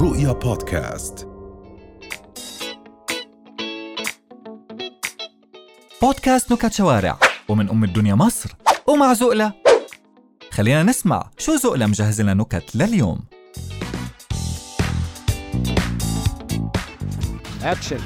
رؤيا بودكاست بودكاست نكت شوارع ومن أم الدنيا مصر ومع زقلة خلينا نسمع شو زقلة مجهز لنا نكت لليوم اكشن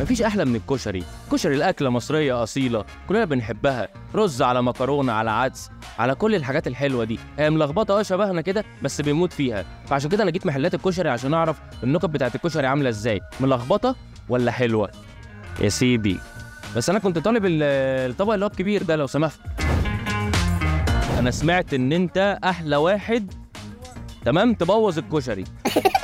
مفيش احلى من الكشري كشري الاكله مصريه اصيله كلنا بنحبها رز على مكرونه على عدس على كل الحاجات الحلوه دي هي ملخبطه اه شبهنا كده بس بنموت فيها فعشان كده انا جيت محلات الكشري عشان اعرف النكت بتاعت الكشري عامله ازاي ملخبطه ولا حلوه يا سيدي بس انا كنت طالب ال- الطبق اللي هو الكبير ده لو سمحت انا سمعت ان انت احلى واحد تمام تبوظ الكشري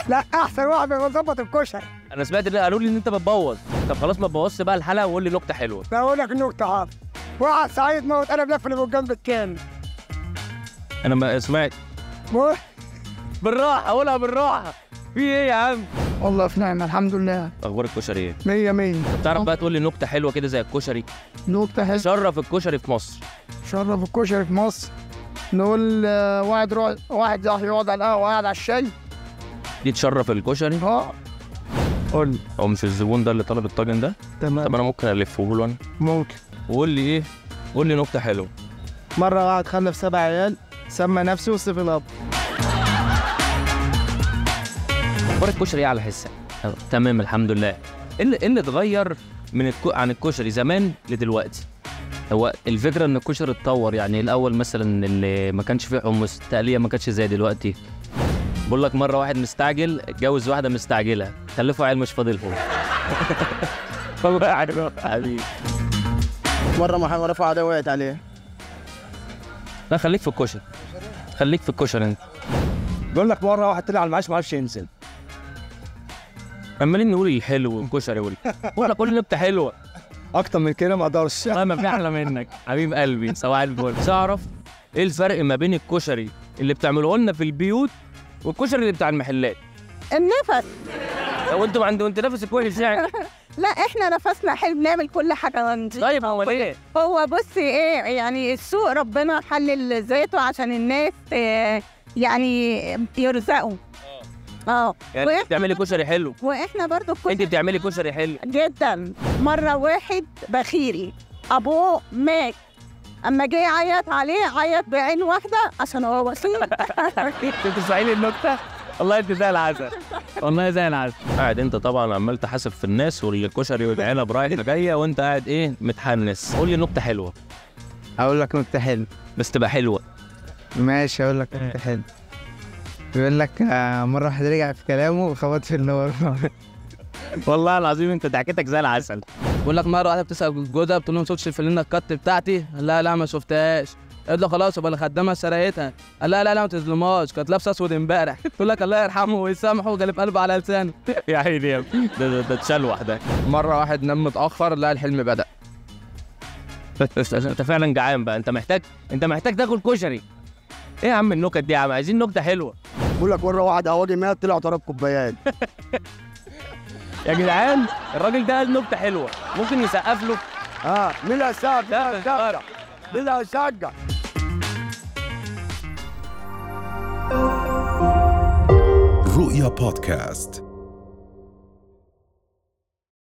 لا احسن واحد بيظبط الكشري انا سمعت ان قالوا لي ان انت بتبوظ طب خلاص ما تبوظش بقى الحلقه وقول لي نكته حلوه لا اقول لك نكته حاضر واحد سعيد موت قلب لف اللي بالجنب التاني انا ما سمعت مو- بالراحه قولها بالراحه في ايه يا عم والله في نعمه الحمد لله اخبار الكشري ايه مية مية تعرف بقى تقول لي نكته حلوه كده زي الكشري نكته حلوه شرف الكشري في مصر شرف الكشري في مصر نقول آه، واحد روح واحد راح يقعد على القهوه وقاعد على الشاي دي تشرف الكشري اه قول هو مش الزبون ده اللي طلب الطاجن ده طب تمام انا ممكن الفه له انا ممكن وقول لي ايه قول لي نكته حلوه مره واحد خلف سبع عيال سمى نفسه وصف الاب اخبار الكشري ايه على حسك أه، تمام الحمد لله ايه اللي إيه اللي اتغير من الكو... عن الكشري زمان لدلوقتي هو الفكره ان الكشري اتطور يعني الاول مثلا اللي ما كانش فيه حمص التقليه ما كانتش زي دلوقتي بقول لك مره واحد مستعجل اتجوز واحده مستعجله خلفوا عيل مش فاضلهم حبيبي مرة محمد رفع عدوية وقعت عليه لا خليك في الكشري خليك في الكشري انت بيقول لك مرة واحد طلع على المعاش ما عرفش ينزل عمالين نقول الحلو والكشري وال... ولا كل نكته حلوه أكتر من كده ما أقدرش والله اه، ما في احلى منك حبيب قلبي صباح الفل بس اعرف ايه الفرق ما بين الكشري اللي بتعملوه لنا في البيوت والكشري اللي بتاع المحلات النفس لو انتوا عندكم انت نفسك وحش يعني لا احنا نفسنا حلو بنعمل كل حاجه نضيف. طيب هو ليه؟ هو بصي ايه يعني السوق ربنا حلل ذاته عشان الناس آه، يعني يرزقوا اه يعني انت بتعملي كشري حلو واحنا برضو انت كل بتعملي كشري حلو جدا مره واحد بخيري ابوه مات اما جه عيط عليه عيط بعين واحده عشان هو وصيل انت بتسمعي لي النكته والله انت زي العسل والله زي العسل قاعد انت طبعا عمال تحاسب في الناس والكشري والعنب رايحه جايه وانت قاعد ايه متحمس قول لي نكته حلوه اقول لك نكته حلوه بس تبقى حلوه ماشي اقول لك إيه. نكته حلوه بيقول لك آه، مره واحد رجع في كلامه وخبط في النور والله العظيم انت ضحكتك زي العسل بقول لك مره واحده بتسال جوزها بتقول لهم شفتش الفلينه الكت بتاعتي؟ قال لها لا ما شفتهاش قالت له خلاص يبقى الخدامه سرقتها قال لها لا لا ما تظلمهاش كانت لابسه اسود امبارح تقول لك الله يرحمه ويسامحه جالب قلب على لسانه يا عيني يا ابني. ده ده- ده اتشلوح ده مره واحد نام متاخر لا الحلم بدا بس عشان انت فعلا جعان بقى انت محتاج انت محتاج تاكل كشري ايه يا عم النكت دي يا عم عايزين نكته حلوه بيقول لك مرة واحد قواجي مات طلع طرب كوبايات يا جدعان الراجل ده قال نكته حلوه ممكن نسقف له أه مين اللي هيساعد؟ مين اللي هيساعد؟ مين اللي هيساعد؟ رؤيا بودكاست